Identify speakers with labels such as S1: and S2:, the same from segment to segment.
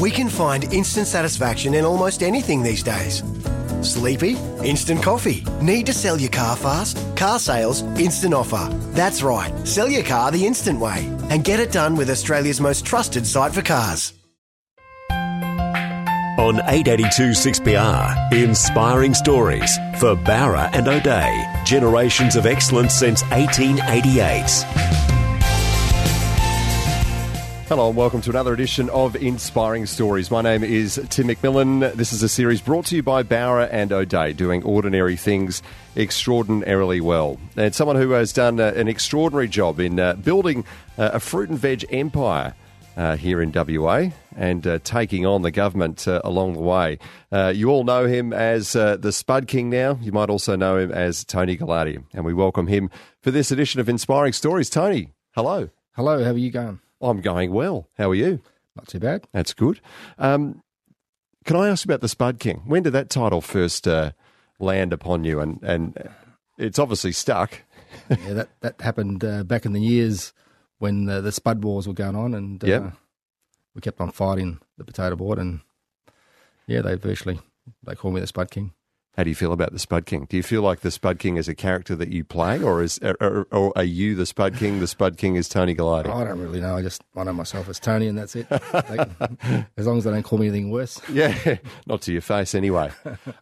S1: We can find instant satisfaction in almost anything these days. Sleepy? Instant coffee. Need to sell your car fast? Car sales? Instant offer. That's right, sell your car the instant way and get it done with Australia's most trusted site for cars.
S2: On 882 6PR, inspiring stories for Barra and O'Day, generations of excellence since 1888.
S3: Hello and welcome to another edition of Inspiring Stories. My name is Tim McMillan. This is a series brought to you by Bower and O'Day, doing ordinary things extraordinarily well. And someone who has done uh, an extraordinary job in uh, building uh, a fruit and veg empire. Uh, here in WA and uh, taking on the government uh, along the way. Uh, you all know him as uh, the Spud King now. You might also know him as Tony Gallardi. And we welcome him for this edition of Inspiring Stories. Tony, hello.
S4: Hello, how are you going?
S3: I'm going well. How are you?
S4: Not too bad.
S3: That's good. Um, can I ask about the Spud King? When did that title first uh, land upon you? And and it's obviously stuck.
S4: yeah, that that happened uh, back in the years when uh, the Spud Wars were going on, and uh,
S3: Yep.
S4: we kept on fighting the potato board, and yeah, they virtually they call me the Spud King.
S3: How do you feel about the Spud King? Do you feel like the Spud King is a character that you play, or is or, or are you the Spud King? The Spud King is Tony Gallardi.
S4: I don't really know. I just I know myself as Tony, and that's it. They- as long as they don't call me anything worse.
S3: Yeah, not to your face anyway.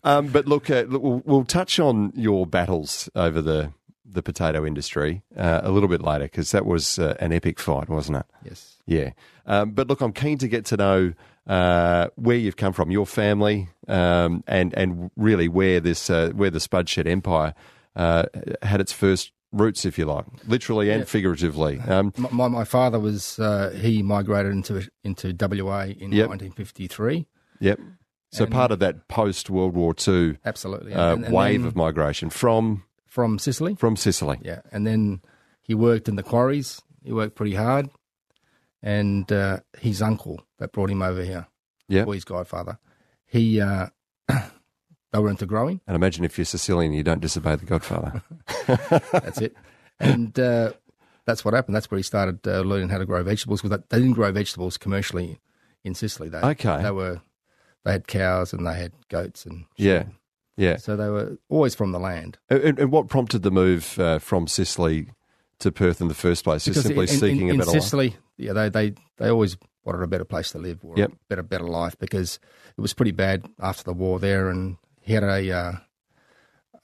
S3: Um, but look, uh, look, we'll, we'll touch on your battles over the the potato industry uh, a little bit later because that was uh, an epic fight, wasn't it?
S4: Yes.
S3: Yeah. Um, but look, I'm keen to get to know uh, where you've come from, your family, um, and and really where this uh, where the Spud Shed Empire uh, had its first roots, if you like, literally and figuratively. Um,
S4: My, my, my father was uh, he migrated into into WA in
S3: Yep.
S4: 1953.
S3: yep. So part of that post World War II
S4: Absolutely.
S3: uh,
S4: And- and
S3: wave
S4: then
S3: of migration from
S4: from Sicily.
S3: from Sicily.
S4: Yeah, and then he worked in the quarries. He worked pretty hard, and uh, his uncle that brought him over here,
S3: Yeah.
S4: or his godfather, he uh, they were into growing.
S3: And imagine if you're Sicilian, you don't disobey the Godfather.
S4: That's it, and uh, that's what happened. That's where he started uh, learning how to grow vegetables because they didn't grow vegetables commercially in Sicily. They,
S3: Okay.
S4: they were they had cows and they had goats and
S3: yeah. Yeah.
S4: so they were always from the land.
S3: And, and what prompted the move uh, from Sicily to Perth in the first place? Just
S4: Because
S3: simply
S4: in,
S3: seeking
S4: in,
S3: a
S4: in
S3: better life?
S4: Sicily, yeah, they, they they always wanted a better place to live or
S3: Yep.
S4: a better better life because it was pretty bad after the war there, and he had a uh,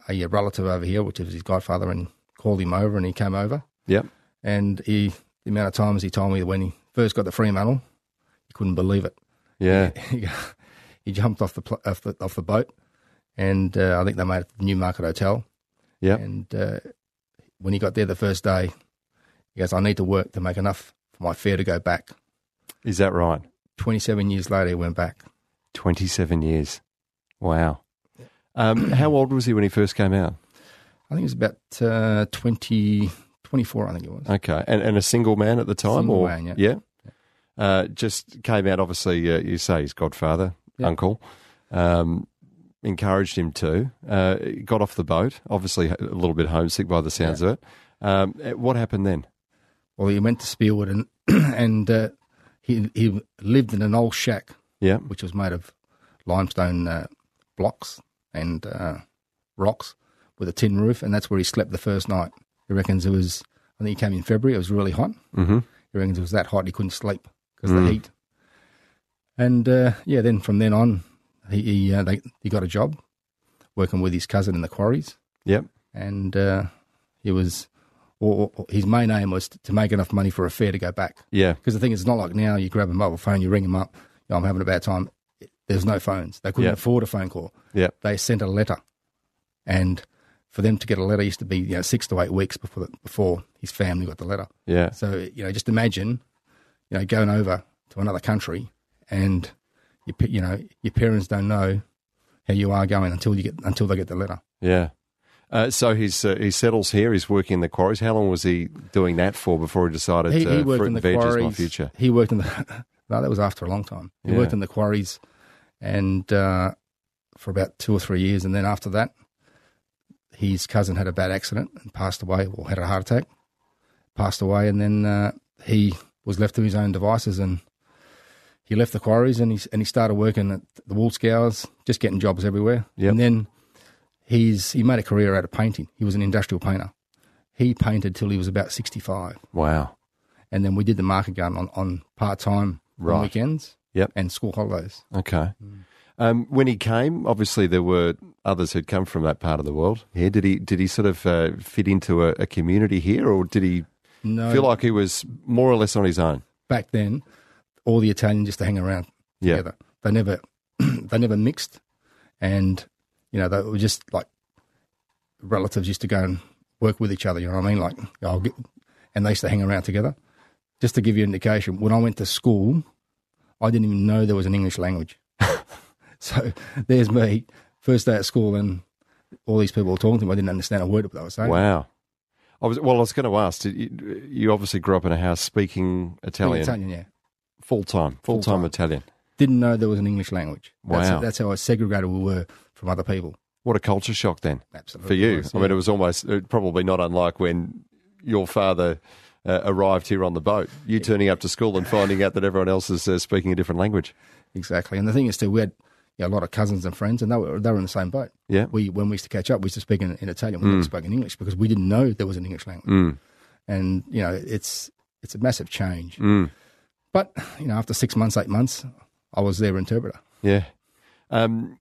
S4: a uh, relative over here, which was his godfather, and called him over, and he came over,
S3: Yep.
S4: and he the amount of times he told me when he first got the Fremantle, he couldn't believe it.
S3: Yeah.
S4: he jumped off the pl- off the off the boat, and uh, I think they made it to the Newmarket Hotel.
S3: Yep.
S4: And uh, when he got there the first day, he goes, I need to work to make enough for my fare to go back.
S3: Is that right?
S4: 27 years later, he went back.
S3: 27 years. Wow. Um, how old was he when he first came out?
S4: I think it was about uh, 20, 24, I think it was.
S3: Okay. And, and a single man at the time?
S4: Single
S3: or,
S4: man, yeah.
S3: Uh, just came out, obviously, uh, you say his godfather,
S4: Yeah.
S3: uncle, um, encouraged him to. Uh, got off the boat, obviously a little bit homesick by the sounds of it. Um, eh, what happened then?
S4: Well, he went to Spielwood and, and uh, he, he lived in an old shack,
S3: Yeah.
S4: which was made of limestone uh, blocks and uh, rocks with a tin roof. And that's where he slept the first night. He reckons it was, I think he came in February, it was really hot.
S3: Mm-hmm.
S4: He reckons it was that hot he couldn't sleep because of
S3: Mm.
S4: the heat. And uh, yeah, then from then on, he he, uh, they, he got a job working with his cousin in the quarries,
S3: Yep.
S4: and uh, he was, or, or his main aim was to make enough money for a fare to go back.
S3: Yeah.
S4: Because the thing is, it's not like now you grab a mobile phone, you ring them up, "Oh, I'm having a bad time. There's no phones. They couldn't
S3: Yeah.
S4: afford a phone call.
S3: Yeah.
S4: They sent a letter, and for them to get a letter used to be you know six to eight weeks before the, before his family got the letter.
S3: Yeah.
S4: So you know, just imagine, you know, going over to another country and your pa- you know your parents don't know how you are going until you get until they get the letter.
S3: Yeah. Uh, so he's uh, he settles here. He's working in the quarries. How long was he doing that for before he decided
S4: He, he
S3: uh,
S4: worked
S3: fruit
S4: in the
S3: and veg is
S4: quarries.
S3: my future?
S4: He worked in the no, that was after a long time. He
S3: Yeah.
S4: worked in the quarries, and uh, for about two or three years, and then after that, his cousin had a bad accident and passed away, or had a heart attack, passed away, and then uh, he was left to his own devices, and he left the quarries, and he and he started working at the wool scours, just getting jobs everywhere,
S3: Yep.
S4: and then. He's he made a career out of painting. He was an industrial painter. He painted till he was about sixty five
S3: Wow.
S4: and then we did the market garden on, on part time
S3: Right.
S4: on weekends
S3: Yep.
S4: and school holidays.
S3: Okay.
S4: Mm.
S3: Um, when he came, obviously there were others who'd come from that part of the world. Here, did he did he sort of uh, fit into a, a community here, or did he
S4: No,
S3: feel like he was more or less on his own?
S4: back then, all the Italians just to hang around
S3: Yeah.
S4: together. They never, they never mixed, and you know they were just like relatives used to go and work with each other. You know what I mean? Like I'll get, and they used to hang around together. Just to give you an indication, when I went to school, I didn't even know there was an English language. so there's me, first day at school, and all these people were talking to me. I didn't understand a word of what they were saying.
S3: Wow. I was well. I was going to ask. Did you, you obviously grew up in a house speaking Italian,
S4: Italian, yeah.
S3: full time, full time
S4: Full-time.
S3: Italian.
S4: Didn't know there was an English language. That's,
S3: Wow.
S4: that's how segregated we were from other people.
S3: What a culture shock then.
S4: Absolutely.
S3: for you.
S4: was,
S3: I mean,
S4: yeah.
S3: it was almost it probably not unlike when your father uh, arrived here on the boat. You turning up to school and finding out that everyone else is uh, speaking a different language.
S4: Exactly. And the thing is, too, we had you know, a lot of cousins and friends, and they were, they were in the same boat.
S3: Yeah.
S4: We When we used to catch up, we used to speak in, in Italian.
S3: Mm.
S4: We never spoke in English because we didn't know there was an English language. And, you know, it's it's a massive change.
S3: Mm.
S4: But, you know, after six months, eight months, I was their interpreter.
S3: Yeah. Um,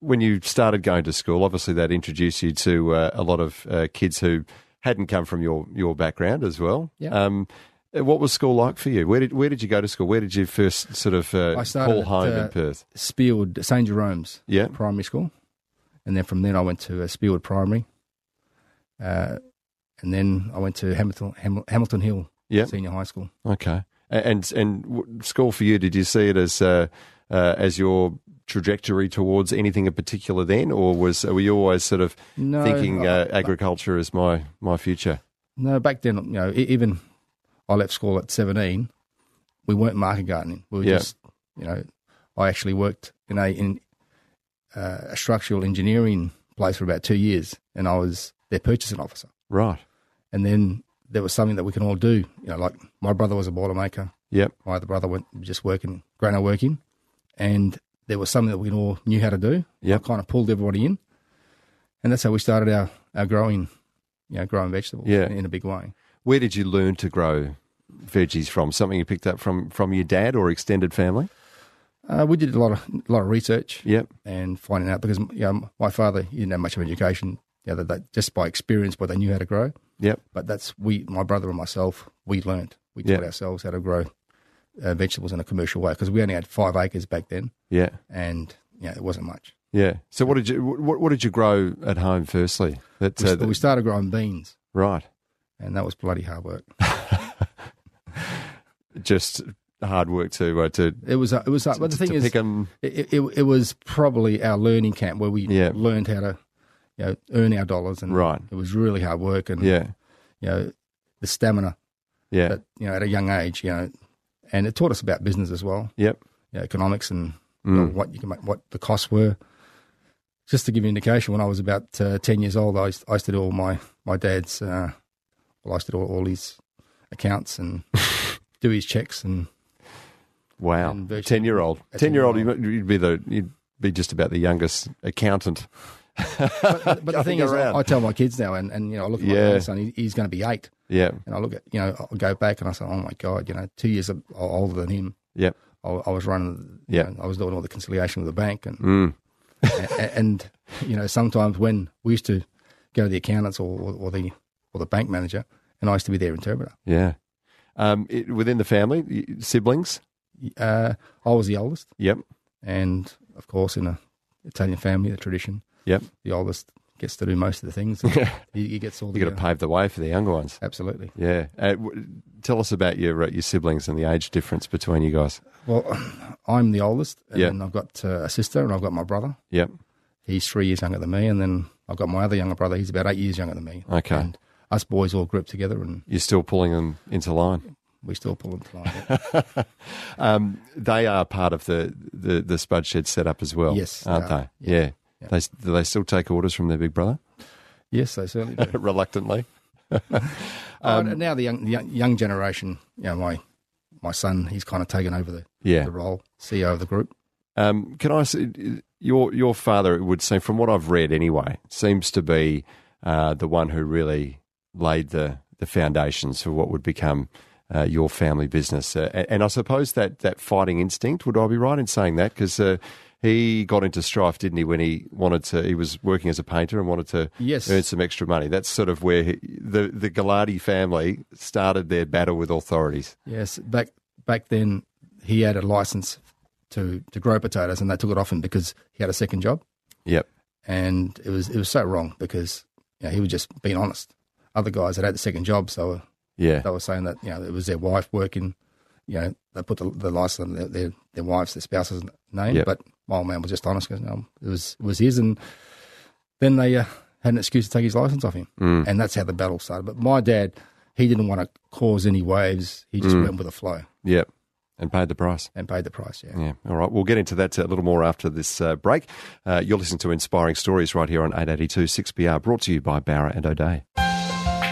S3: when you started going to school, obviously that introduced you to uh, a lot of uh, kids who hadn't come from your, your background as well.
S4: Yeah.
S3: Um, uh, what was school like for you? Where did where did you go to school? Where did you first sort of uh,
S4: I started
S3: call
S4: at,
S3: home
S4: uh,
S3: in Perth?
S4: Spield, St. Jerome's
S3: Yeah.
S4: primary school. And then from then I went to uh, Spield Primary. Uh, and then I went to Hamilton, Ham, Hamilton Hill
S3: Yeah.
S4: Senior High School.
S3: Okay. A- And and w- school for you, did you see it as uh, uh, as your trajectory towards anything in particular then, or was were you always sort of
S4: No,
S3: thinking
S4: I-
S3: uh, agriculture is my my future?
S4: No, back then, you know, e- even I left school at 17, we weren't market gardening. We were
S3: Yeah.
S4: just, you know, I actually worked in a, in, uh, a structural engineering place for about two years and I was their purchasing officer.
S3: Right.
S4: And then there was something that we can all do. You know, like my brother was a boilermaker.
S3: Yep.
S4: my other brother went just working, grano working, and there was something that we all knew how to do.
S3: Yep.
S4: I kind of pulled everybody in, and that's how we started our, our growing, you know, growing vegetables
S3: Yeah.
S4: in, a big way.
S3: Where did you learn to grow veggies from? Something you picked up from from your dad or extended family?
S4: Uh, we did a lot of a lot of research
S3: Yep.
S4: and finding out because you know, my father he didn't have much of education. You know, that, that just by experience, what they knew how to grow.
S3: Yep.
S4: But that's we, my brother and myself, we learnt. We
S3: Yeah.
S4: taught ourselves how to grow uh, vegetables in a commercial way because we only had five acres back then,
S3: Yeah.
S4: and yeah, it wasn't much.
S3: Yeah. So what did you what, what did you grow at home firstly? That,
S4: We,
S3: uh,
S4: st- we started growing beans.
S3: right.
S4: and that was bloody hard work.
S3: Just hard work to uh, to,
S4: It was. uh, It was. uh, But
S3: to,
S4: the thing
S3: to
S4: is,
S3: pick
S4: it,
S3: 'em.
S4: it, it was probably our learning camp where we
S3: Yeah.
S4: learned how to, you know, earn our dollars, and
S3: Right.
S4: it was really hard work, and
S3: Yeah.
S4: you know, the stamina
S3: Yeah.
S4: that you know at a young age, you know, and it taught us about business as well,
S3: Yep.
S4: you know, economics and you
S3: Mm.
S4: know, what you can make, what the costs were. Just to give you an indication, when I was about uh, ten years old, I used, I used to do all my my dad's, uh, well, I used to do all, all his accounts and do his checks and
S3: Wow,
S4: and virtually-
S3: ten year old,
S4: a
S3: ten year old,
S4: 10-year-old.
S3: you'd be the you'd be just about the youngest accountant.
S4: but, but the thing is, I,
S3: around.
S4: I tell my kids now, and, and you know, I look at my
S3: Yeah.
S4: grandson, he, he's going to be eight,
S3: Yeah,
S4: and I look at you know, I go back and I say, oh my god, you know, two years o- older than him,
S3: yep,
S4: I, I was running, you
S3: Yeah. Mm.
S4: know, I was doing all the conciliation with the bank, and and, and you know, sometimes when we used to go to the accountants or, or, or the or the bank manager, and I used to be their interpreter.
S3: yeah. Um, it, within the family, y- siblings.
S4: Uh, I was the oldest,
S3: Yep,
S4: and of course, in a Italian family, the tradition,
S3: yep.
S4: the oldest gets to do most of the things. he, he gets all the
S3: You got to
S4: uh,
S3: pave the way for the younger ones.
S4: absolutely.
S3: Yeah. Uh, w- tell us about your uh, your siblings and the age difference between you guys.
S4: Well, I'm the oldest, and
S3: Yeah.
S4: I've got uh, a sister, and I've got my brother.
S3: Yep.
S4: He's three years younger than me, and then I've got my other younger brother. He's about eight years younger than me.
S3: Okay.
S4: And us boys all grouped together, and
S3: You're still pulling them into line.
S4: we still pull them to line.
S3: They are part of the, the, the Spud Shed setup as well,
S4: Yes, they
S3: aren't
S4: are.
S3: they? Yeah. They, do they still take orders from their big brother?
S4: yes, they certainly do.
S3: Reluctantly. Um,
S4: Oh, now the young, the young- young generation, you know, my my son, he's kind of taken over the
S3: Yeah.
S4: the role CEO of the group.
S3: Um, can I say, your your father? It would seem, from what I've read anyway, seems to be uh, the one who really laid the the foundations for what would become uh, your family business. Uh, and, and I suppose that that fighting instinct would I be right in saying that? Because uh, he got into strife, didn't he, when he wanted to? He was working as a painter and wanted to
S4: Yes.
S3: earn some extra money. That's sort of where he, the the Gallardi family started their battle with authorities.
S4: Yes, back back then he had a license to to grow potatoes, and they took it off him because he had a second job,
S3: Yep.
S4: and it was it was so wrong because you know, he was just being honest. Other guys that had the second job, so
S3: Yeah.
S4: they were saying that you know it was their wife working. You know, they put the, the license on their, their their wife's their spouse's name,
S3: Yep.
S4: but my old man was just honest. Cause, no, it was it was his, and then they uh, had an excuse to take his license off him,
S3: Mm.
S4: and that's how the battle started. But my dad, he didn't want to cause any waves. He
S3: Mm.
S4: just went with the flow
S3: Yep. And paid the price.
S4: and paid the price. Yeah.
S3: Yeah. All right. We'll get into that a little more after this uh, break. Uh, you're listening to Inspiring Stories right here on 882 6PR, brought to you by Barra and O'Day.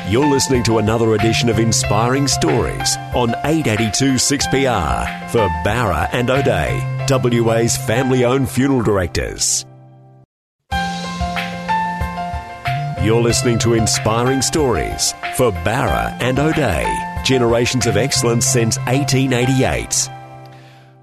S2: You're listening to another edition of Inspiring Stories on 882 6PR for Barra and O'Day, WA's family owned funeral directors. You're listening to Inspiring Stories for Barra and O'Day, generations of excellence since 1888.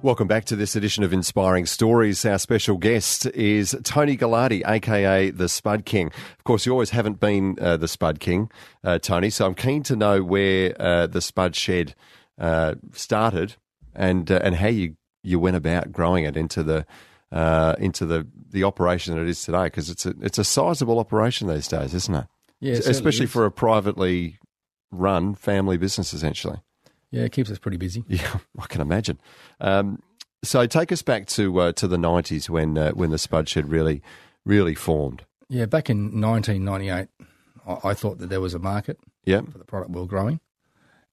S3: Welcome back to this edition of Inspiring Stories. Our special guest is Tony Gallardi, aka the Spud King. Of course, you always haven't been uh, the Spud King, uh, Tony, so I'm keen to know where uh, the Spud Shed uh, started and uh, and how you, you went about growing it into the uh, into the, the operation that it is today, because it's a, it's a sizable operation these days, isn't it?
S4: Yeah, it certainly
S3: Especially
S4: is.
S3: for a privately run family business, essentially.
S4: Yeah, it keeps us pretty busy.
S3: Yeah, I can imagine. Um, so take us back to uh, to the nineties when uh, when the Spud Shed really really formed.
S4: Yeah, back in 1998, I, I thought that there was a market
S3: Yeah,
S4: for the product we were growing,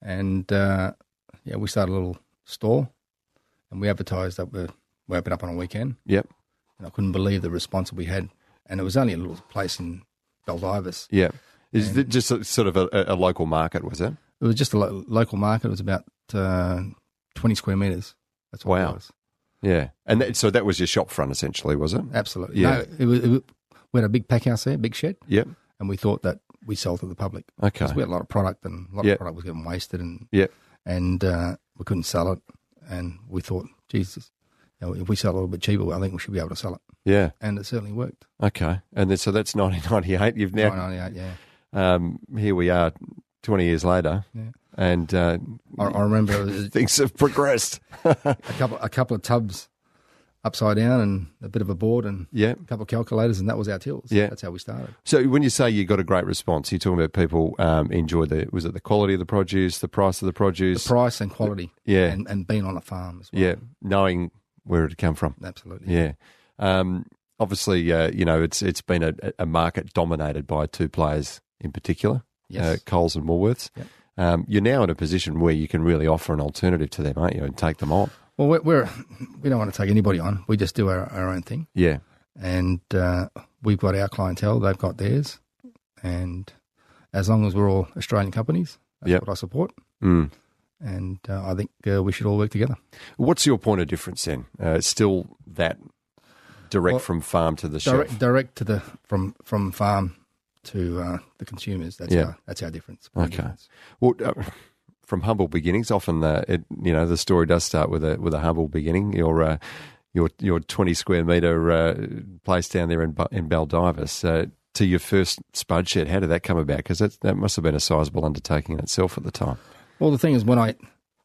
S4: and uh, yeah, we started a little store, and we advertised that we're, we open up on a weekend,
S3: yep,
S4: and I couldn't believe the response we had, and it was only a little place in Beldivis.
S3: yeah. Is it just a, sort of a, a local market? Was it?
S4: It was just a lo- local market. It was about uh, 20 square meters. That's what
S3: Wow.
S4: it was.
S3: Yeah, and that, so that was your shop front essentially, was it?
S4: Absolutely.
S3: Yeah.
S4: No, it was, it was, we had a big pack house there, big shed,
S3: Yep.
S4: and we thought that we sold to the public.
S3: Okay.
S4: 'Cause we had a lot of product, and a lot
S3: Yeah.
S4: of product was getting wasted, and
S3: Yep.
S4: and uh, we couldn't sell it. And we thought, Jesus, you know, if we sell it a little bit cheaper, I think we should be able to sell it.
S3: Yeah.
S4: And it certainly worked.
S3: Okay. And then, so that's nineteen ninety eight. You've now
S4: 1998, yeah.
S3: um, here we are, twenty years later,
S4: Yeah.
S3: and uh,
S4: I, I remember it was
S3: things have progressed.
S4: a couple a couple of tubs upside down and a bit of a board and
S3: yeah.
S4: a couple of calculators, and that was our tills.
S3: Yeah.
S4: that's how we started.
S3: So when you say you got a great response, you're talking about people um, enjoy the was it the quality of the produce, the price of the
S4: The
S3: produce,
S4: price and quality,
S3: Yeah.
S4: and, and being on a farm as well.
S3: yeah, knowing where it had come from,
S4: absolutely.
S3: yeah. Um, obviously, uh, you know it's it's been a, a market dominated by two players in particular,
S4: Yes.
S3: uh, Coles and Woolworths.
S4: Yep.
S3: Um, you're now in a position where you can really offer an alternative to them, aren't you, and take them on?
S4: Well, we're, we're we don't want to take anybody on. We just do our, our own thing,
S3: Yeah,
S4: and uh, we've got our clientele. They've got theirs, and as long as we're all Australian companies, that's
S3: Yep.
S4: what I support.
S3: Mm.
S4: And uh, I think uh, we should all work together.
S3: What's your point of difference then? Uh, it's still that direct
S4: Well,
S3: from farm to the shelf.
S4: Direct, direct to the from from farm to uh, the consumers. That's
S3: Yeah.
S4: our that's our difference.
S3: Okay. Well, uh, from humble beginnings, often uh, it you know the story does start with a with a humble beginning. Your uh, your your twenty square meter uh, place down there in Bu- in Baldivis uh, to your first spud shed. How did that come about? Because that that must have been a sizable undertaking in itself at the time.
S4: Well, the thing is, when I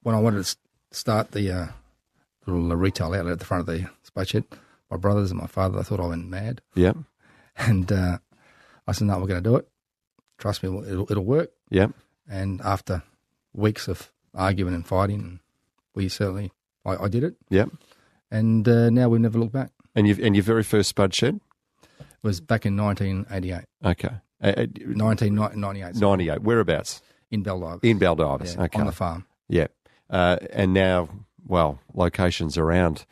S4: when I wanted to s- start the uh, little uh, retail outlet at the front of the space shed, my brothers and my father, they thought I went mad.
S3: Yep.
S4: And uh, I said, no, we're going to do it. Trust me, it'll, it'll work.
S3: Yep.
S4: And after weeks of arguing and fighting, we certainly I, I did it,
S3: Yeah.
S4: and uh, now we've never looked back.
S3: And, you've, and your very first spud shed?
S4: It was back in 1988,
S3: Okay. Uh, uh,
S4: 1998
S3: 98. Whereabouts?
S4: in Beldive,
S3: In Baldivis.
S4: yeah,
S3: okay.
S4: on the farm.
S3: yeah. Uh, and now, well, locations around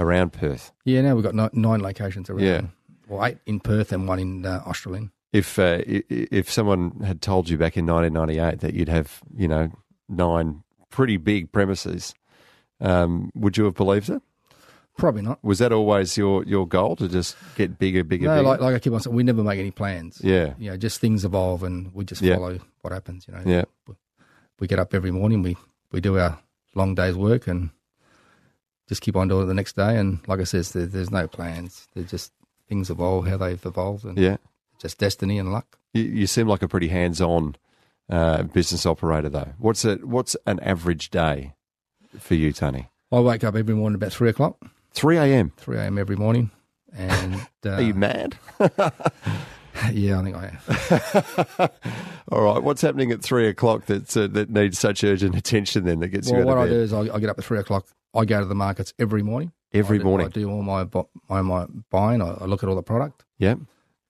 S3: around Perth.
S4: Yeah, now we've got nine, nine locations around.
S3: Yeah.
S4: Well, eight in Perth and one in uh, Australin.
S3: If uh, i- i- if someone had told you back in 1998 that you'd have, you know, nine pretty big premises, um, would you have believed it?
S4: Probably not.
S3: Was that always your, your goal to just get bigger, bigger,
S4: No,
S3: bigger?
S4: like, like I keep on saying, we never make any plans.
S3: yeah,
S4: You know, just things evolve and we just
S3: Yeah.
S4: follow what happens, you know.
S3: yeah.
S4: We get up every morning, we, we do our long day's work and just keep on doing it the next day. And like I said, there, there's no plans. They're just things evolve, how they've evolved, and
S3: Yeah.
S4: just destiny and luck.
S3: You, you seem like a pretty hands-on uh, business operator, though. What's a, what's an average day for you, Tony?
S4: I wake up every morning about 3 o'clock,
S3: Three a.m.
S4: 3 a.m. every morning. And uh,
S3: Are you mad?
S4: yeah, I think I am.
S3: All right. What's happening at three o'clock that uh, that needs such urgent attention? Then that gets
S4: well,
S3: you out
S4: what
S3: of
S4: I
S3: bed
S4: do is I, I get up at three o'clock. I go to the markets every morning.
S3: every
S4: I do,
S3: morning.
S4: I do all my bu- my, my buying. I, I look at all the product
S3: Yeah.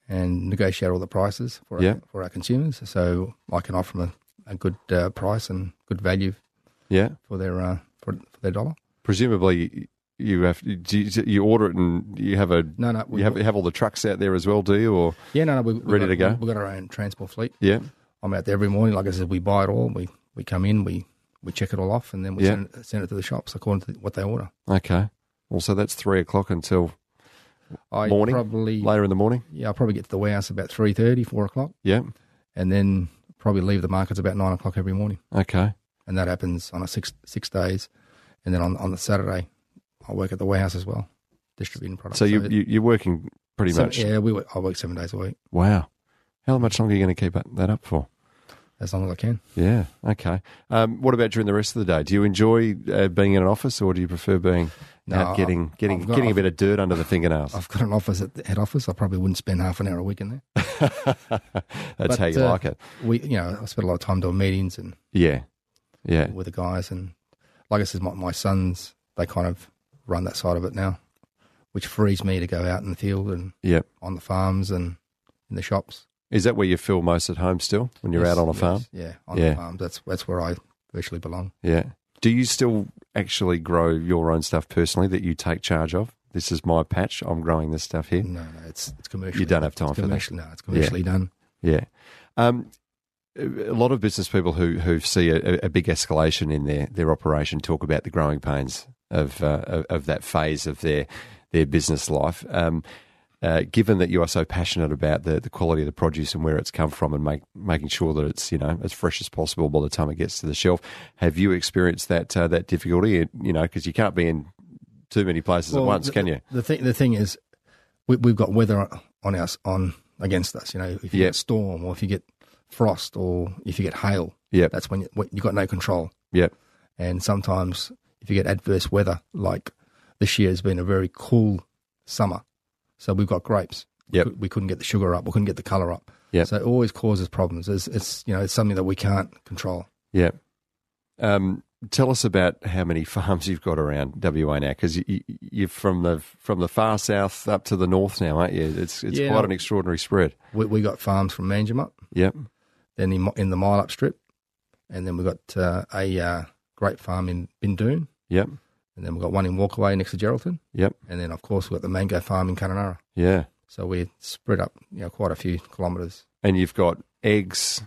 S4: and negotiate all the prices for
S3: Yeah.
S4: our, for our consumers, so I can offer them a, a good uh, price and good value
S3: Yeah.
S4: for their uh, for, for their dollar.
S3: Presumably. You have do you, you order it and you have a
S4: No, no, we-
S3: you have have all the trucks out there as well, do you? Or
S4: Yeah, no, no, we, we
S3: Ready
S4: got,
S3: to go?
S4: We've got our own transport fleet.
S3: yeah,
S4: I'm out there every morning. Like I said, we buy it all. We we come in, we we check it all off, and then we
S3: Yeah.
S4: send, it, send it to the shops according to what they order.
S3: okay. Well, so that's three o'clock until
S4: I
S3: morning,
S4: probably
S3: later in the morning.
S4: yeah, I probably get to the warehouse about 3.30, 4 o'clock.
S3: Yeah,
S4: and then probably leave the markets about nine o'clock every morning.
S3: okay.
S4: And that happens on a six six days, and then on on the Saturday, I work at the warehouse as well, distributing products.
S3: So you,
S4: it-
S3: you you're working pretty
S4: seven-
S3: much.
S4: yeah, we work, I work seven days a week
S3: Wow. How much longer are you going to keep that- that up for?
S4: as long as I can.
S3: Yeah. Okay. Um, what about during the rest of the day? Do you enjoy uh, being in an office, or do you prefer being
S4: No,
S3: out
S4: I-
S3: getting getting
S4: I've got-
S3: getting a bit of dirt under the fingernails?
S4: I've got an office at the head office. I probably wouldn't spend half an hour a week in there.
S3: That's
S4: but,
S3: how you
S4: uh,
S3: like it.
S4: We, you know, I spend a lot of time doing meetings and
S3: Yeah. Yeah.
S4: with the guys, and like I said, my, my sons they kind of run that side of it now, which frees me to go out in the field and
S3: Yeah.
S4: on the farms and in the shops.
S3: Is that where you feel most at home still when you're
S4: Yes,
S3: out on a
S4: yes,
S3: farm?
S4: Yeah, on
S3: Yeah.
S4: the farm. That's that's where I virtually belong.
S3: Yeah. Do you still actually grow your own stuff personally that you take charge of? This is my patch. I'm growing this stuff here.
S4: No, no, it's it's commercial.
S3: You don't have time
S4: it's
S3: for that.
S4: commercially- No, it's commercially done.
S3: Yeah. Um, a lot of business people who, who see a, a big escalation in their, their operation talk about the growing pains of, uh, of, of that phase of their, their business life. Um, uh, given that you are so passionate about the, the quality of the produce and where it's come from and make, making sure that it's you know as fresh as possible by the time it gets to the shelf, have you experienced that uh, that difficulty? You know, because you can't be in too many places at once,
S4: the,
S3: can you?
S4: The thing the thing is, we, we've got weather on us on against us. You know, if you
S3: Yeah.
S4: get storm or if you get frost or if you get hail,
S3: Yep.
S4: that's when you, when you've got no control.
S3: Yep.
S4: And sometimes if you get adverse weather, like this year has been a very cool summer, so we've got grapes. We
S3: Yep.
S4: cou- We couldn't get the sugar up. We couldn't get the color up.
S3: Yep.
S4: So it always causes problems. It's, it's you know it's something that we can't control.
S3: Yeah. Um, tell us about how many farms you've got around WA now, because you, you, you're from the from the far south up to the north now, aren't you? It's it's
S4: Yeah.
S3: quite an extraordinary spread.
S4: We, we got farms from Manjimup,
S3: Yep.
S4: then in, in the Mile Up Strip, and then we got uh, a uh, grape farm in Bindoon,
S3: Yep.
S4: and then we got one in Walkaway next to Geraldton,
S3: Yep.
S4: and then of course we got the mango farm in Kununurra.
S3: Yeah.
S4: So we're spread up, you know, quite a few kilometres.
S3: And you've got eggs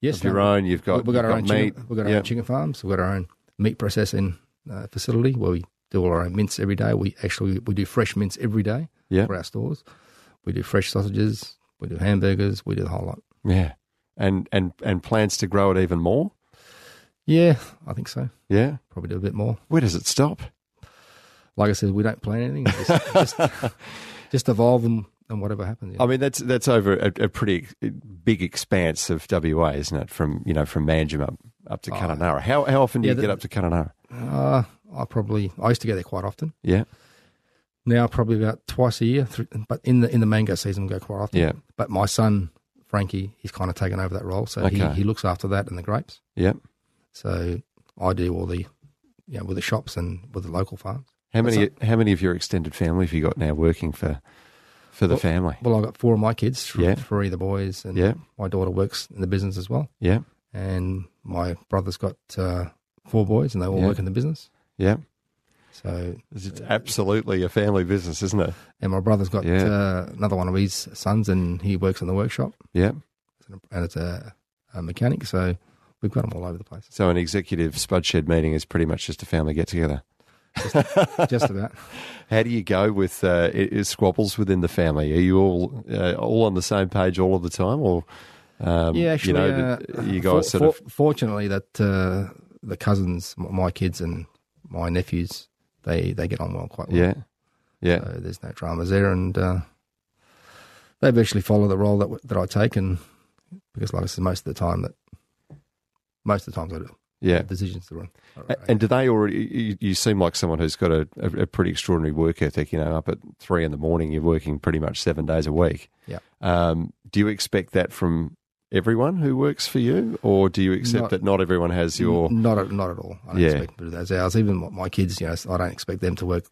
S4: Yes,
S3: of your
S4: no,
S3: own. You've got
S4: we- we've got
S3: you've
S4: our own
S3: meat.
S4: chicken, we've got our
S3: Yep.
S4: own chicken farms, we've got our own meat processing uh, facility where we do all our own mints every day. We actually we do fresh mints every day
S3: Yep.
S4: for our stores. We do fresh sausages, we do hamburgers, we do the whole lot.
S3: Yeah. And and and plans to grow it even more.
S4: Yeah, I think so.
S3: Yeah.
S4: Probably do a bit more.
S3: Where does it stop?
S4: like I said, we don't plan anything. Just, just, just evolve and, and whatever happens. yeah.
S3: I mean, that's that's over a, a pretty ex- e, big expanse of WA, isn't it? From you know from Manjum up up to Kununurra. How how often do
S4: Oh. Yeah,
S3: you
S4: the-
S3: get up to Kununurra?
S4: Uh, I probably I used to go there quite often.
S3: Yeah.
S4: Now probably about twice a year, thr- but in the in the mango season we go quite often.
S3: Yeah.
S4: But my son Frankie, he's kind of taken over that role, so
S3: Okay.
S4: he, he looks after that and the grapes.
S3: Yep.
S4: So I do all the you know, with the shops and with the local farms.
S3: How many how many of your extended family have you got now working for for the family?
S4: Well, I've got four of my kids, three,
S3: Yeah.
S4: three of the boys, and
S3: Yeah.
S4: my daughter works in the business as well.
S3: Yeah,
S4: And my brother's got uh, four boys, and they all
S3: Yeah.
S4: work in the business.
S3: yeah.
S4: So,
S3: It's absolutely a family business, isn't it?
S4: and my brother's got
S3: Yeah.
S4: uh, another one of his sons, and he works in the workshop,
S3: Yeah.
S4: and it's a, a mechanic. So, we've got them all over the place,
S3: So an executive spudshed meeting is pretty much just a family get together.
S4: just
S3: Um,
S4: about.
S3: How do you go with uh, i i- squabbles within the family? Are you all uh, all on the same page all of the time, or um,
S4: Yeah, actually,
S3: you know,
S4: uh,
S3: you guys
S4: for-
S3: sort of
S4: for- Fortunately, that uh, the cousins, m- my kids and my nephews, they they get on well quite well.
S3: yeah, yeah,
S4: So there's no dramas there, and uh, they virtually follow the role that w- that I take, and because, like I said, most of the time that most of the times I do
S3: yeah.
S4: decisions to run.
S3: A- And do they already? You, you seem like someone who's got a, a, a pretty extraordinary work ethic. You know, up at three in the morning, you're working pretty much seven days a week.
S4: Yeah.
S3: Um, do you expect that from everyone who works for you, or do you accept
S4: Not-
S3: that not everyone has your?
S4: Not at, not at all. I don't
S3: Yeah.
S4: expect them to do those hours. Even my- my kids, you know, I don't expect them to work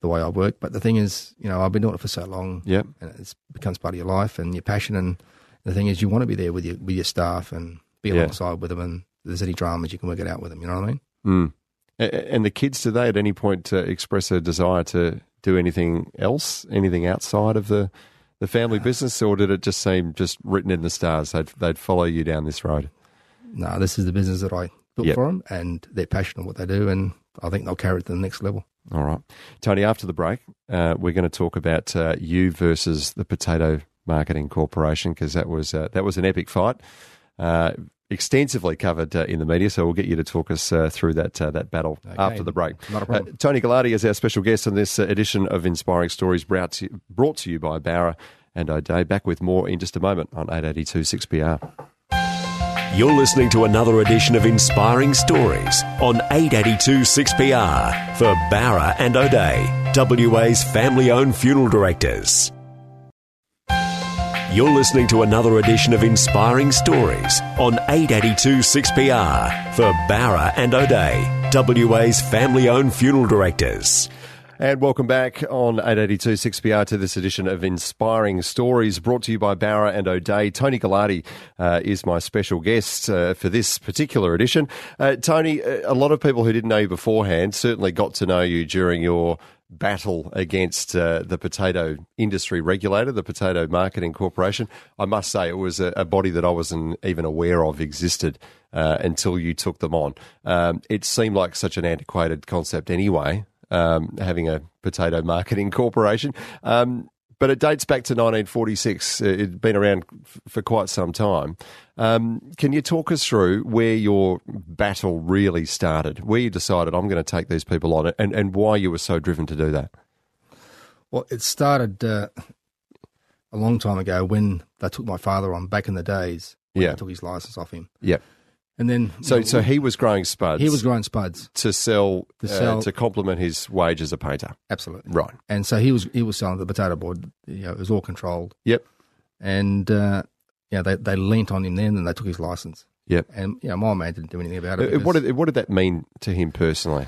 S4: the way I work. But the thing is, you know, I've been doing it for so long.
S3: Yeah,
S4: and it becomes part of your life and your passion. And the thing is, you want to be there with your with your staff and be
S3: Yeah.
S4: alongside with them. And if there's any dramas, you can work it out with them. You know what I mean?
S3: Mm. A- a- And the kids, do they at any point uh, express a desire to do anything else, anything outside of the, the
S4: Uh,
S3: family business, or did it just seem just written in the stars? They'd, they'd follow you down this road.
S4: No, this is the business that I built
S3: Yep.
S4: for 'em for them, and they're passionate what they do, and I think they'll carry it to the next level.
S3: All right. Tony, after the break, uh, we're going to talk about uh, you versus the Potato Marketing Corporation because that, was, uh, that was an epic fight. Uh, extensively covered uh, in the media, so we'll get you to talk us uh, through that uh, that battle after the break.
S4: not a problem.
S3: Uh, Tony Gallardi is our special guest on this uh, edition of Inspiring Stories, brought to, brought to you by Barra and O'Day. Back with more in just a moment on 882 6PR.
S2: You're listening to another edition of Inspiring Stories on 882 6PR for Barra and O'Day, WA's family owned funeral directors. You're listening to another edition of Inspiring Stories on 882 6PR for Barra and O'Day, WA's family owned funeral directors.
S3: And welcome back on 882 6PR to this edition of Inspiring Stories, brought to you by Barra and O'Day. Tony Gallardi uh, is my special guest uh, for this particular edition. Uh, Tony, a a lot of people who didn't know you beforehand certainly got to know you during your battle against uh, the potato industry regulator, the Potato Marketing Corporation. I must say, it was a, a body that I wasn't even aware of existed uh, until you took them on. Um, it seemed like such an antiquated concept anyway, um, having a potato marketing corporation. Um, but it dates back to 1946. It- It'd been around f- for quite some time. Um, can you talk us through where your battle really started, where you decided I'm going to take these people on, and, and why you were so driven to do that?
S4: Well, it started uh, a long time ago when they took my father on back in the days. when
S3: Yeah.
S4: they took his license off him,
S3: Yeah.
S4: and then
S3: So, so he was growing spuds.
S4: he was growing spuds.
S3: to sell
S4: To
S3: to,
S4: sell-
S3: uh, to complement his wage as a painter.
S4: Absolutely.
S3: Right.
S4: And so he was he was selling the potato board. You know, it was all controlled.
S3: Yep.
S4: and uh, yeah, they they leant on him then, and they took his license.
S3: Yep.
S4: And you know, my old man didn't do anything about it.
S3: Uh, What
S4: because-
S3: did, what did that mean to him personally?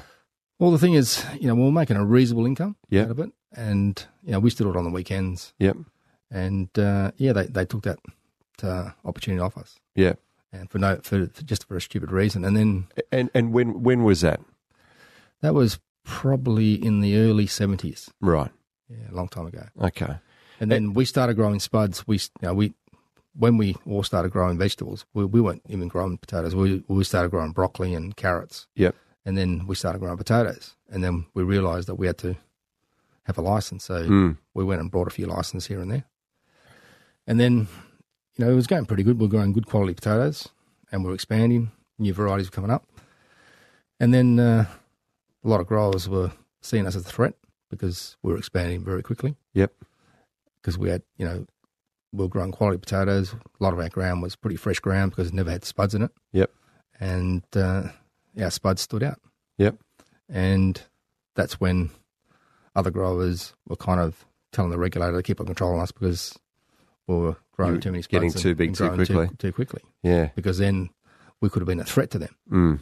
S4: well, the thing is, you know, we were making a reasonable income
S3: Yeah.
S4: out of it, and you know, we still do it on the weekends,
S3: Yep.
S4: and uh, yeah, they they took that uh, opportunity off us,
S3: Yeah.
S4: and for no for, for just for a stupid reason, and then
S3: And and when when was that?
S4: that was probably in the early seventies,
S3: Right.
S4: yeah, a long time ago.
S3: Okay.
S4: And then we started growing spuds. We, you know, we when we all started growing vegetables, we, we weren't even growing potatoes. We we started growing broccoli and carrots,
S3: Yep.
S4: and then we started growing potatoes. And then we realised that we had to have a license, so
S3: Mm.
S4: we went and bought a few licenses here and there. And then, you know, it was going pretty good. We were growing good quality potatoes, and we were expanding. New varieties were coming up, and then uh, a lot of growers were seeing us as a threat because we were expanding very quickly
S3: Yep.
S4: because we had, you know, we were growing quality potatoes. A lot of our ground was pretty fresh ground because it never had spuds in it.
S3: Yep.
S4: And uh, our spuds stood out.
S3: Yep.
S4: And that's when other growers were kind of telling the regulator to keep a control on us because we were growing
S3: You were
S4: too many spuds.
S3: getting
S4: and-
S3: too big
S4: and
S3: too
S4: growing
S3: quickly.
S4: Too, too quickly.
S3: Yeah.
S4: Because then we could have been a threat to them.
S3: Mm.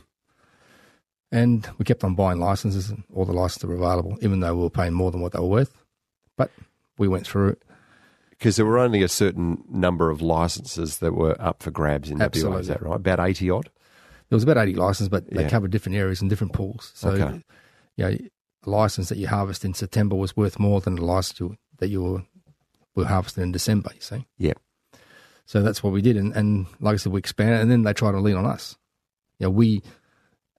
S4: And we kept on buying licenses, and all the licenses were available, even though we were paying more than what they were worth. But we went through it.
S3: Because there were only a certain number of licenses that were up for grabs in WA, is
S4: Absolutely.
S3: that right? About 80 odd?
S4: There was about 80 licenses, but they
S3: Yeah.
S4: covered different areas and different pools. So,
S3: Okay.
S4: you know, a license that you harvest in September was worth more than a license you, that you were, were harvesting in December, you see.
S3: Yeah.
S4: So that's what we did, and, and like I said, we expanded, and then they tried to lean on us. You know, we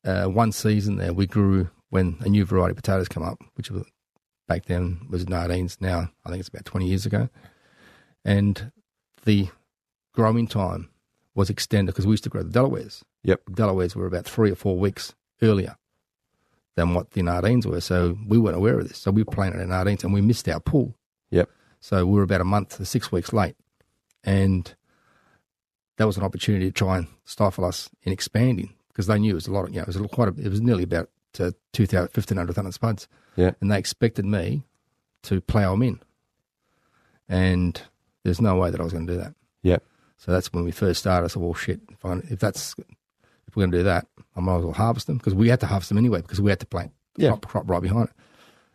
S4: uh, one season there we grew when a new variety of potatoes come up, which was, back then was Nardines. Now I think it's about twenty years ago, and the growing time was extended because we used to grow the Delawares.
S3: Yep.
S4: Delawares were about three or four weeks earlier than what the Nardines were, so we weren't aware of this. So we planted our Nardines and we missed our pool.
S3: Yep.
S4: So we were about a month to six weeks late. And that was an opportunity to try and stifle us in expanding because they knew it was a lot of, you know, it was a, quite a, it was nearly about uh, 2,000, 1,500 tonne spuds.
S3: Yeah.
S4: And they expected me to plough them in. And there's no way that I was going to do that.
S3: Yep.
S4: So that's when we first started. I said, well, shit, if, I, if that's, if we're going to do that, I might as well harvest them because we had to harvest them anyway because we had to plant the
S3: Yeah.
S4: crop, crop right behind it.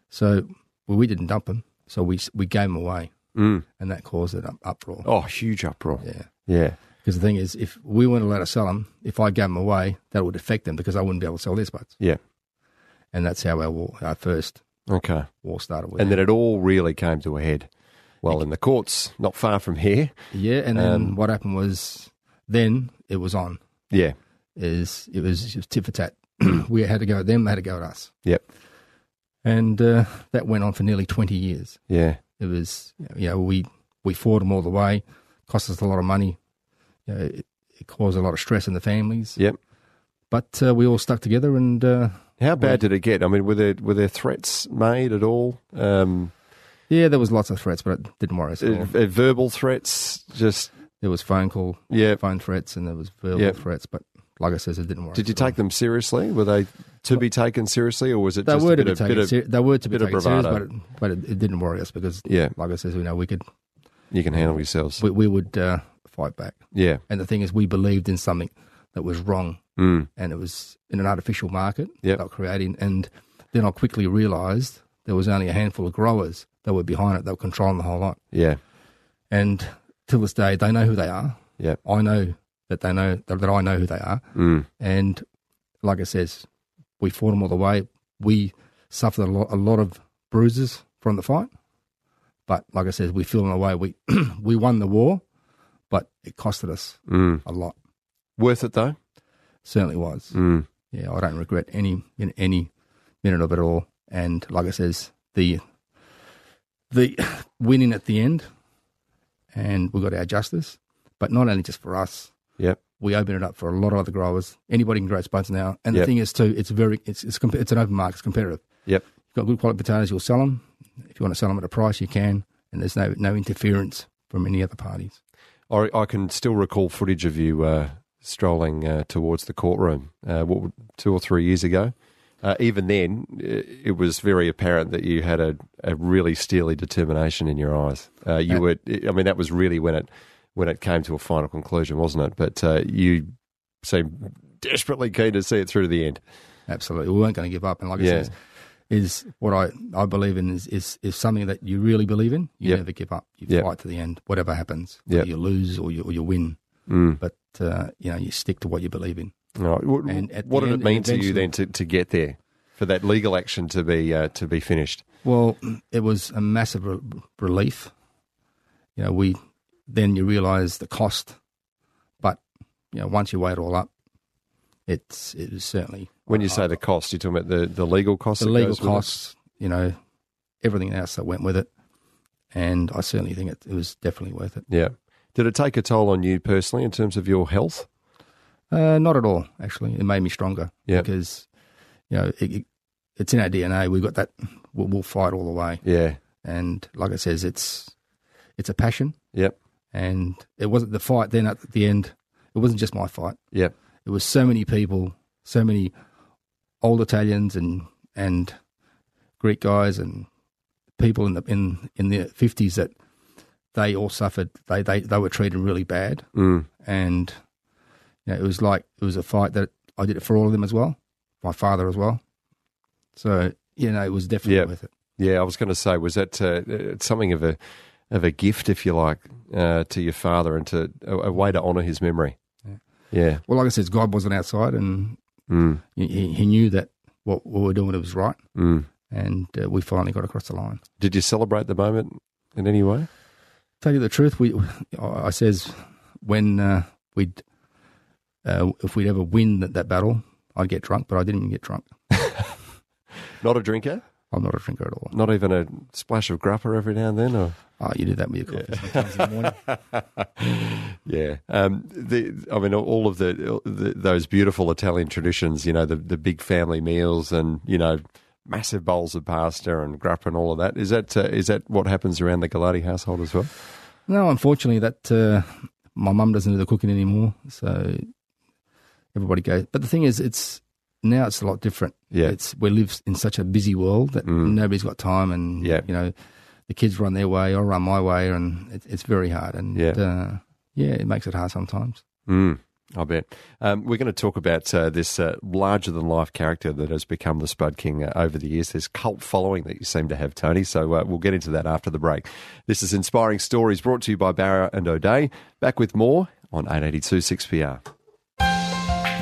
S4: So well, we didn't dump them. So we, s- we gave them away
S3: Mm.
S4: and that caused an up- uproar.
S3: Oh, huge uproar.
S4: Yeah.
S3: Yeah.
S4: Because the thing is, if we weren't allowed to sell them, if I gave them away, that would affect them because I wouldn't be able to sell their spuds.
S3: Yeah.
S4: And that's how our, war, our first
S3: Okay.
S4: war started with.
S3: And then it all really came to a head. Well, in the courts, not far from here.
S4: yeah, and then
S3: um,
S4: what happened was then it was on.
S3: Yeah.
S4: Is It was just tit for tat. we had to go at them, they had to go at us.
S3: Yep.
S4: And uh, that went on for nearly 20 years.
S3: Yeah.
S4: It was, you know, we, we fought them all the way, cost us a lot of money. You know, it, it caused a lot of stress in the families.
S3: Yep.
S4: But uh, we all stuck together and uh,
S3: How bad did it get? I mean, were there were there threats made at all? Um,
S4: Yeah, there was lots of threats, but it didn't worry us at all.
S3: uh, verbal threats? Just
S4: There was phone call,
S3: yeah.
S4: phone threats, and there was verbal
S3: Yeah.
S4: threats. But like I said, it didn't worry.
S3: Did
S4: us
S3: you
S4: at all.
S3: take them seriously? Were they to be taken seriously, or was it
S4: They
S3: just
S4: were
S3: a
S4: to
S3: bit
S4: be
S3: of, bit
S4: taken.
S3: of
S4: Ser- they were to be
S3: bit of
S4: taken serious, but
S3: bravado?
S4: it, but it, it didn't worry us because,
S3: yeah?
S4: like I said, you know, we could
S3: You can handle yourselves.
S4: we, we would uh, fight back.
S3: Yeah.
S4: And the thing is, we believed in something that was wrong,
S3: Mm.
S4: and it was in an artificial market
S3: Yep.
S4: they were creating. And then I quickly realised there was only a handful of growers that were behind it. They were controlling the whole lot.
S3: Yeah.
S4: And till this day, they know who they are.
S3: Yeah.
S4: I know that they know that, that I know who they are.
S3: Mm.
S4: And like it says, we fought them all the way. We suffered a lot, a lot of bruises from the fight. But like I said, we feel in a way we we won the war, but it costed us
S3: Mm.
S4: a lot.
S3: Worth it though.
S4: Certainly was.
S3: Mm.
S4: Yeah, I don't regret any in any minute of it all. And like I says, the the winning at the end, and we got our justice. But not only just for us,
S3: Yep.
S4: we open it up for a lot of other growers. Anybody can grow spuds now. And
S3: Yep.
S4: the thing is, too, it's very it's it's, comp- it's an open market. It's competitive.
S3: Yep.
S4: You've got good quality potatoes, you'll sell them. If you want to sell them at a price, you can. And there's no no interference from any other parties.
S3: I, I can still recall footage of you uh, strolling uh, towards the courtroom, uh, what, two or three years ago. Uh, even then, it, it was very apparent that you had a, a really steely determination in your eyes. Uh, you
S4: Uh,
S3: were, I mean, that was really when it when it came to a final conclusion, wasn't it? But uh, you seemed desperately keen to see it through to the end.
S4: Absolutely, we weren't going to give up. And like I
S3: Yeah.
S4: says, is what I, I believe in is, is is something that you really believe in. You
S3: Yep.
S4: never give up. You
S3: Yep.
S4: fight to the end, whatever happens. whether
S3: Yep.
S4: you lose or you or you win,
S3: Mm.
S4: but uh, you know you stick to what you believe in.
S3: All right. What,
S4: And at
S3: what
S4: the
S3: did
S4: end,
S3: it mean to you
S4: eventually-
S3: then to, to get there, for that legal action to be uh, to be finished?
S4: Well, it was a massive re- relief. You know, we then you realise the cost, but you know once you weigh it all up, it's it was certainly
S3: When you say the cost, you're talking about the, the legal cost.
S4: Uh, the
S3: that
S4: legal
S3: goes with it?
S4: costs, you know, everything else that went with it. And I certainly think it, it was definitely worth it.
S3: Yeah. Did it take a toll on you personally in terms of your health?
S4: Uh, not at all, actually. It made me stronger
S3: Yep.
S4: because you know it, it, it's in our DNA. We've got that. We'll, we'll fight all the way.
S3: Yeah.
S4: And like I says, it's it's a passion.
S3: Yep.
S4: And it wasn't the fight. Then at the end, it wasn't just my fight.
S3: Yep.
S4: It was so many people, so many old Italians and and Greek guys and people in the in in their fifties that they all suffered. They they they were treated really bad
S3: Mm.
S4: and you know, it was like it was a fight that I did it for all of them as well. my father as well. So you know, it was definitely
S3: Yeah.
S4: worth it.
S3: Yeah, I was going to say, was that uh, it's something of a of a gift, if you like, uh, to your father and to a, a way to honour his memory? Yeah.
S4: Well, like I said, God wasn't outside, and
S3: Mm.
S4: he- he, he knew that what we were doing was right,
S3: Mm.
S4: and uh, we finally got across the line.
S3: Did you celebrate the moment in any way?
S4: Tell you the truth, we I I says when uh, we'd uh, if we'd ever win that, that battle, I'd get drunk, but I didn't even get drunk.
S3: Not a drinker?
S4: I'm not a drinker at all.
S3: Not even a splash of grappa every now and then? Or?
S4: Oh, you do that with your coffee sometimes in the morning.
S3: Yeah, um, the, I mean, all of the, the those beautiful Italian traditions. You know, the the big family meals and you know, massive bowls of pasta and grappa and all of that. Is that uh, is that what happens around the Galati household as well?
S4: No, unfortunately, that uh, my mum doesn't do the cooking anymore, so everybody goes. But the thing is, it's now it's a lot different.
S3: Yeah. Mm.
S4: it's we live in such a busy world that nobody's got time, and
S3: Yeah.
S4: you know, the kids run their way, I run my way, and it, it's very hard. And
S3: Yeah.
S4: uh, yeah, it makes it hard sometimes.
S3: Mm, I bet. Um, we're going to talk about uh, this uh, larger than life character that has become the Spud King uh, over the years, this cult following that you seem to have, Tony. So uh, we'll get into that after the break. This is Inspiring Stories brought to you by Barra and O'Day. Back with more on 882 6PR.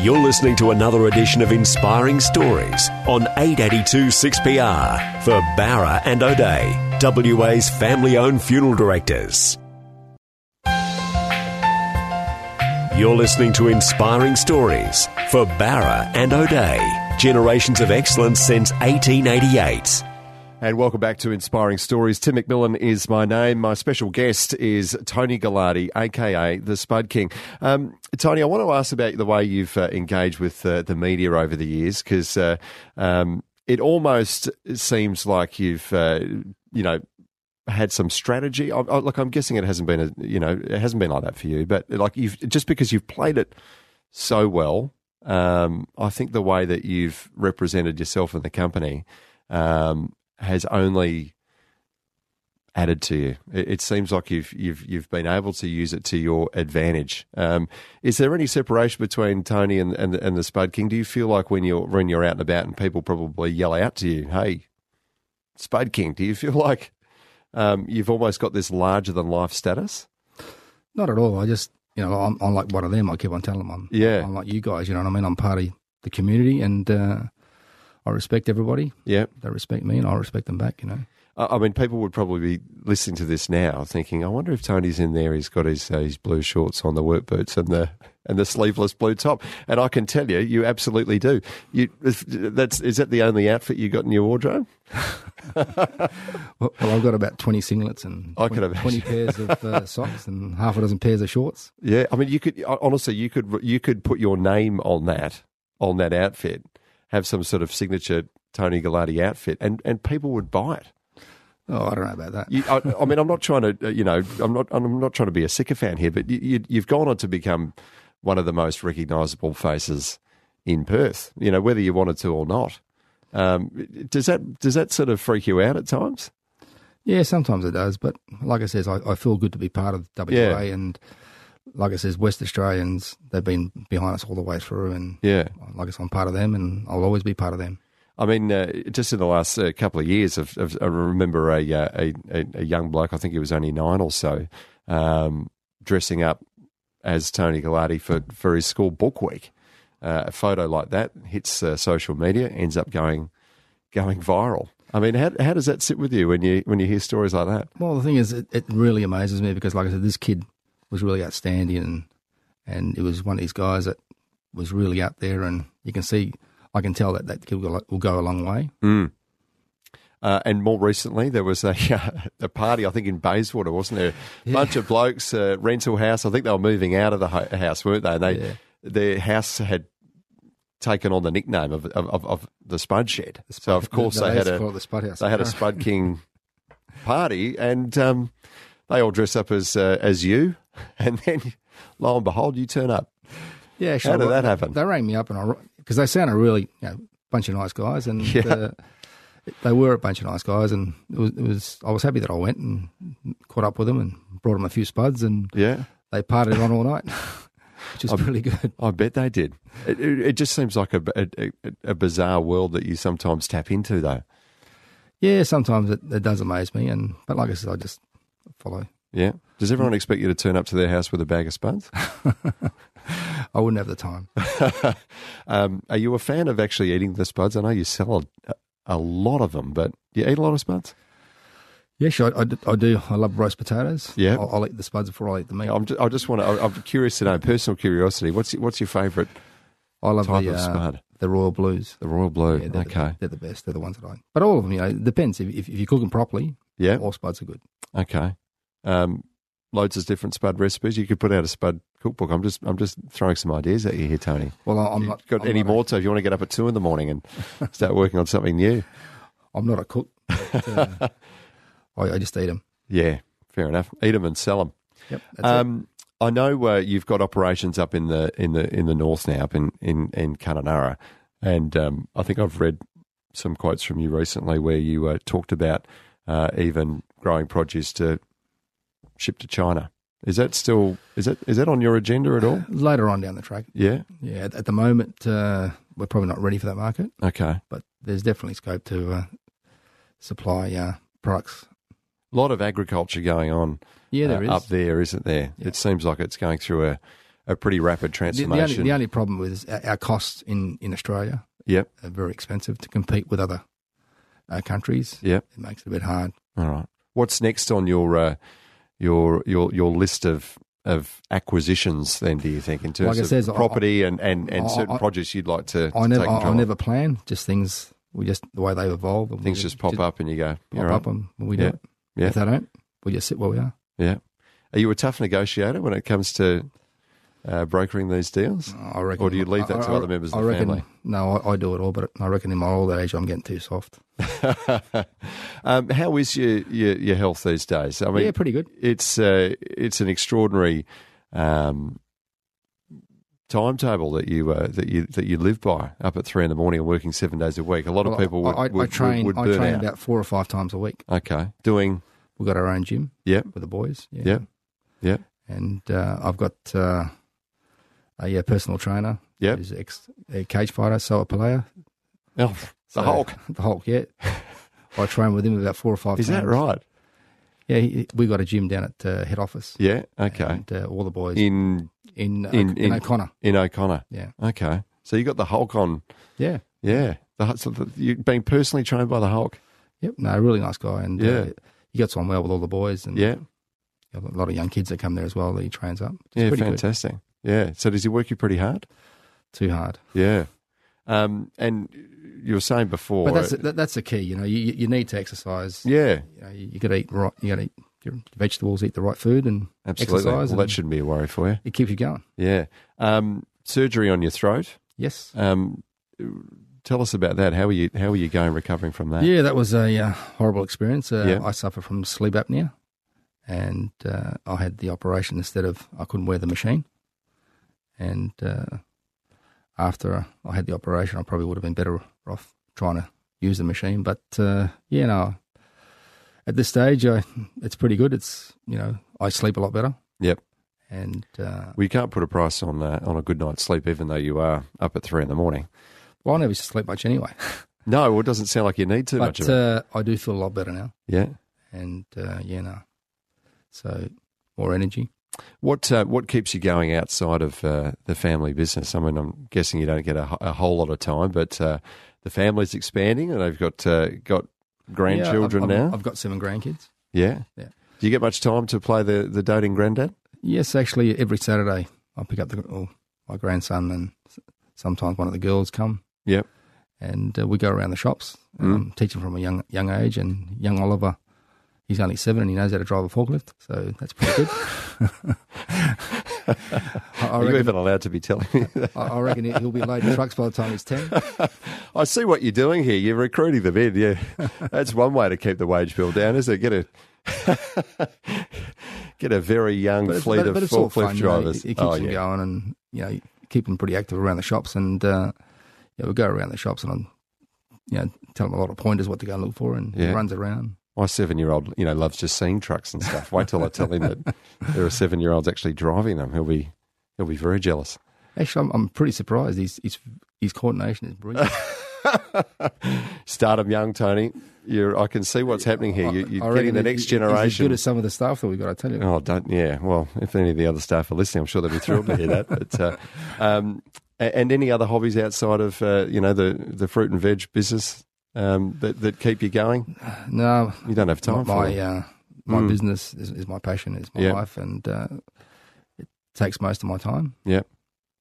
S2: You're listening to another edition of Inspiring Stories on 882 6PR for Barra and O'Day, WA's family owned funeral directors. You're listening to Inspiring Stories for Barra and O'Day, generations of excellence since 1888.
S3: And welcome back to Inspiring Stories. Tim McMillan is my name. My special guest is Tony Gallardi, aka the Spud King. Um, Tony, I want to ask about the way you've uh, engaged with uh, the media over the years because uh, um, it almost seems like you've, uh, you know, had some strategy. I, I, look, I'm guessing it hasn't been, a, you know, it hasn't been like that for you, but like you've just because you've played it so well. Um, I think the way that you've represented yourself and the company um, has only added to you. It, it seems like you've you've you've been able to use it to your advantage. Um, is there any separation between Tony and, and and the Spud King? Do you feel like when you're when you're out and about and people probably yell out to you, "Hey, Spud King"? Do you feel like um, you've almost got this larger than life status?
S4: Not at all. I just you know I'm, I'm like one of them. I keep on telling them I'm
S3: Yeah.
S4: I'm like you guys. You know what I mean? I'm part of the community, and uh, I respect everybody.
S3: Yeah.
S4: They respect me, and I respect them back. You know.
S3: I I mean, people would probably be listening to this now, thinking, "I wonder if Tony's in there. He's got his uh, his blue shorts on, the work boots, and the and the sleeveless blue top." And I can tell you, you absolutely do. You if- that's is that the only outfit you got in your wardrobe?
S4: Well, well, I've got about 20 singlets and
S3: I could
S4: 20,
S3: imagine.
S4: 20 pairs of uh, socks and half a dozen pairs of shorts.
S3: Yeah, I mean, you could honestly, you could you could put your name on that on that outfit, have some sort of signature Tony Gallardi outfit, and and people would buy it.
S4: Oh, I don't know about that.
S3: You, I, I mean, I'm not trying to, uh, you know, I'm not, I'm not trying to be a sycophant here, but you, you, you've gone on to become one of the most recognisable faces in Perth. You know, whether you wanted to or not. Um, does that does that sort of freak you out at times?
S4: Yeah, sometimes it does, but like I says, I, I feel good to be part of WA
S3: Yeah.
S4: and like I says, West Australians, they've been behind us all the way through and
S3: Yeah.
S4: like I said, I'm part of them and I'll always be part of them.
S3: I mean, uh, just in the last uh, couple of years, I've, I've, I remember a, uh, a a a young bloke. I think he was only nine or so, um, dressing up as Tony Gallardi for for his school book week. Uh, a photo like that hits uh, social media, ends up going going viral. I mean, how how does that sit with you when you when you hear stories like that?
S4: Well, the thing is, it, it really amazes me because, like I said, this kid was really outstanding, and and it was one of these guys that was really out there, and you can see, I can tell that that kid will, will go a long way.
S3: Uh, and more recently, there was a uh, a party, I think, in Bayswater, wasn't there? A bunch of blokes, uh, rental house. I think they were moving out of the ho- house, weren't they? And they their house had taken on the nickname of of, of, of the Spud Shed. so of course
S4: the
S3: they had
S4: lads call it
S3: a
S4: the Spud House.
S3: they had a Spud King party, and um, they all dress up as uh, as you, and then lo and behold, you turn up.
S4: Yeah, sure.
S3: did
S4: Well,
S3: that happen?
S4: They rang me up and I because they sound a really you know, bunch of nice guys, and uh, they were a bunch of nice guys, and it was, it was I was happy that I went and caught up with them and brought them a few spuds, and
S3: Yeah.
S4: they partied on all night. which was really good.
S3: I bet they did. It, it, it just seems like a, a, a bizarre world that you sometimes tap into, though.
S4: Yeah, sometimes it, it does amaze me, and but like I said, I just follow.
S3: Yeah. Does everyone expect you to turn up to their house with a bag of spuds?
S4: I wouldn't have the time.
S3: Um, are you a fan of actually eating the spuds? I know you sell a, a lot of them, but you eat a lot of spuds.
S4: Yeah, sure, I, I d- I do. I love roast potatoes.
S3: Yeah.
S4: I'll, I'll eat the spuds before I eat the meat.
S3: I'm just, I just want to. I'm curious to know, personal curiosity. What's your- what's your favourite?
S4: I love
S3: type
S4: the
S3: of
S4: uh,
S3: spud?
S4: the royal blues.
S3: The royal blue.
S4: Yeah, they're
S3: okay.
S4: The, they're the best. They're the ones that I. But all of them, you know, it depends. If, if, if you cook them properly,
S3: yeah.
S4: all spuds are good.
S3: Okay. Um, loads of different spud recipes. You could put out a spud cookbook. I'm just I'm just throwing some ideas at you here, Tony.
S4: Well, I- I'm
S3: You've
S4: not
S3: got
S4: I'm
S3: any
S4: not
S3: more? So if you want to get up at two in the morning and start working on something new,
S4: A, I'm not a cook. But, uh, I, I just eat them.
S3: yeah, fair enough. Eat them and sell them.
S4: Yep. That's it.
S3: Um, I know uh, you've got operations up in the in the in the north now, up in in in Kununurra, and um, I think I've read some quotes from you recently where you uh, talked about uh, even growing produce to ship to China. Is that still is that is that on your agenda at all?
S4: Later on down the track,
S3: Yeah.
S4: yeah. At, at the moment, uh, we're probably not ready for that market,
S3: Okay.
S4: but there's definitely scope to uh, supply uh, products.
S3: A lot of agriculture going on
S4: Yeah,
S3: uh,
S4: there is.
S3: up there, isn't there? It seems like it's going through a, a pretty rapid
S4: the, the, only,
S3: transformation.
S4: the only problem with is our, our costs in, in Australia
S3: Yep.
S4: are very expensive to compete with other uh, countries.
S3: Yep.
S4: It makes it a bit hard.
S3: All right. What's next on your uh, your your your list of of acquisitions? Then, do you think in terms
S4: Like I
S3: of
S4: says, I-
S3: property and and, and
S4: I-
S3: certain
S4: I-
S3: projects you'd like to,
S4: I
S3: to
S4: never,
S3: take
S4: I,
S3: control?
S4: I
S3: of?
S4: never plan. Just things we just the way they evolve. And
S3: Things
S4: we
S3: just pop up and you go.
S4: pop
S3: "All right."
S4: up, and we do
S3: Yeah.
S4: it.
S3: Yeah.
S4: If they don't, we just sit where we are.
S3: Yeah. Are you a tough negotiator when it comes to uh, brokering these deals?
S4: I reckon.
S3: Or do you leave that to other members of the
S4: reckon,
S3: family?
S4: No, I, I do it all, but I reckon in my old age, I'm getting too soft.
S3: um, how is your, your your health these days? I mean,
S4: yeah, pretty good.
S3: it's uh, it's an extraordinary um, timetable that you uh, that you that you live by up at three in the morning and working seven days a week. A lot of
S4: Well,
S3: people would,
S4: I, I,
S3: would
S4: I train.
S3: would, would
S4: I
S3: burn
S4: train
S3: out.
S4: about four or five times a week.
S3: Okay, doing
S4: We've got our own gym
S3: yep,
S4: with the boys. Yeah.
S3: yep, yep,
S4: And uh, I've got uh, a yeah, personal trainer.
S3: yep.
S4: Who's ex a cage fighter, Soa Palea.
S3: Oh, the Hulk
S4: The Hulk. Yeah. I train with him about four or five.
S3: is that
S4: times.
S3: right?
S4: Yeah, he, we got a gym down at uh, head office.
S3: Yeah, okay.
S4: And uh, all the boys in
S3: In
S4: in, uh,
S3: in-
S4: in,
S3: in-
S4: O'Connor.
S3: in O'Connor.
S4: Yeah,
S3: Okay, so you got the Hulk on.
S4: yeah,
S3: Yeah, the, so the, you're being personally trained by the Hulk.
S4: yep. No, really nice guy, and
S3: Yeah.
S4: uh, he gets on well with all the boys, and
S3: Yeah,
S4: a lot of young kids that come there as well. That he trains up. It's
S3: yeah,
S4: pretty good.
S3: fantastic. Yeah. So does he work you pretty hard?
S4: Too hard,
S3: Yeah. Um, and you were saying before,
S4: but that's that, that's the key. You know, you you you need to exercise.
S3: yeah,
S4: You, know, you, you got to eat right. You got to eat your vegetables, eat the right food, and
S3: absolutely.
S4: exercise.
S3: well, that
S4: and
S3: shouldn't be a worry for you.
S4: it keeps you going.
S3: Yeah. Um, surgery on your throat.
S4: Yes.
S3: Um, tell us about that. How are you? How are you going recovering from that?
S4: Yeah, that was a uh, horrible experience. Uh,
S3: Yeah.
S4: I suffer from sleep apnea, and uh, I had the operation instead of I couldn't wear the machine. And uh, after I had the operation, I probably would have been better off trying to use the machine. But uh, yeah, no. At this stage, I, it's pretty good. It's you know I sleep a lot better,
S3: Yep.
S4: and uh,
S3: We can't put a price on uh, on a good night's sleep, even though you are up at three in the morning.
S4: well, I never used to sleep much anyway.
S3: No, well, it doesn't sound like you need too much of
S4: but
S3: it.
S4: uh, I do feel a lot better now,
S3: Yeah.
S4: and uh, yeah, no. So more energy.
S3: What uh, What keeps you going outside of uh, the family business? I mean, I'm guessing you don't get a, a whole lot of time, but uh, the family's expanding, and they've got uh, got
S4: Yeah, I've-
S3: grandchildren
S4: I've,
S3: now.
S4: I've got seven grandkids.
S3: yeah.
S4: Yeah.
S3: Do you get much time to play the the doting granddad?
S4: Yes, actually, every Saturday I pick up the, oh, my grandson, and s- sometimes one of the girls come,
S3: Yep.
S4: and uh, we go around the shops.
S3: Hmm.
S4: And I'm teaching from a young young age, and young Oliver, he's only seven, and he knows how to drive a forklift, so that's pretty good. I, I
S3: Are you
S4: reckon,
S3: even allowed to be telling me that?
S4: I, I reckon he- he'll be loading trucks by the time he's ten.
S3: I see what you're doing here. You're recruiting them in. Yeah, that's one way to keep the wage bill down, is it? Get a get a very young
S4: it's-
S3: fleet of
S4: it's all
S3: forklift
S4: fun, you know,
S3: drivers.
S4: It, it keeps
S3: oh
S4: them
S3: yeah,
S4: going, and you know, keep them pretty active around the shops. And uh, yeah, we go around the shops, and I'm, you know, tell them a lot of pointers what to go and look for, and he
S3: Yeah.
S4: runs around.
S3: my seven-year-old, you know, loves just seeing trucks and stuff. Wait till I tell him that there are seven-year-olds actually driving them. He'll be He'll be very jealous.
S4: Actually, I'm, I'm pretty surprised. His, his, his coordination is brilliant.
S3: Start him young, Tony. You're, I can see what's happening here. You,
S4: I
S3: you're
S4: reckon
S3: getting the
S4: he-
S3: next
S4: he- He's as good
S3: generation.
S4: as some of the staff that we've got, I tell you.
S3: Oh, don't. Yeah. Well, if any of the other staff are listening, I'm sure they'll be thrilled to hear that. But uh, um, a- and any other hobbies outside of uh, you know the the fruit and veg business um, that that keep you going?
S4: No,
S3: You don't have time
S4: not
S3: for
S4: my,
S3: it. Hmm.
S4: uh, my business is, is my passion, is my
S3: Yeah.
S4: life, and uh, it takes most of my time.
S3: Yeah.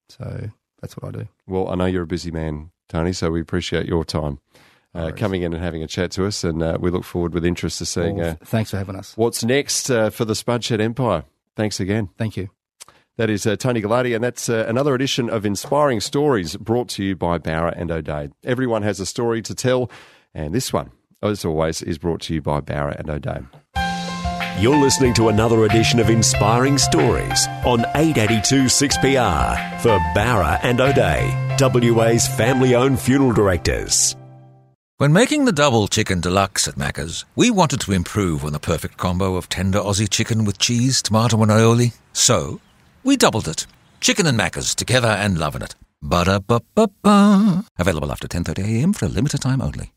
S4: So that's what I do.
S3: Well, I know you're a busy man, Tony. So we appreciate your time uh, coming in and having a chat to us, and uh, we look forward with interest to seeing
S4: Well,
S3: uh,
S4: th- thanks for having us.
S3: what's next uh, for the Spudshed Empire. Thanks again.
S4: Thank you.
S3: That is uh, Tony Gallardi, and that's uh, another edition of Inspiring Stories brought to you by Bower and O'Day. Everyone has a story to tell, and this one, as always, is brought to you by Bower and O'Day.
S2: You're listening to another edition of Inspiring Stories on 882 6PR for Barra and O'Day, WA's family owned funeral directors.
S5: When making the double chicken deluxe at Macca's, we wanted to improve on the perfect combo of tender Aussie chicken with cheese, tomato, and aioli. So, we doubled it. Chicken and Macca's together and loving it. Ba-da-ba-ba-ba. Available after 10.30am for a limited time only.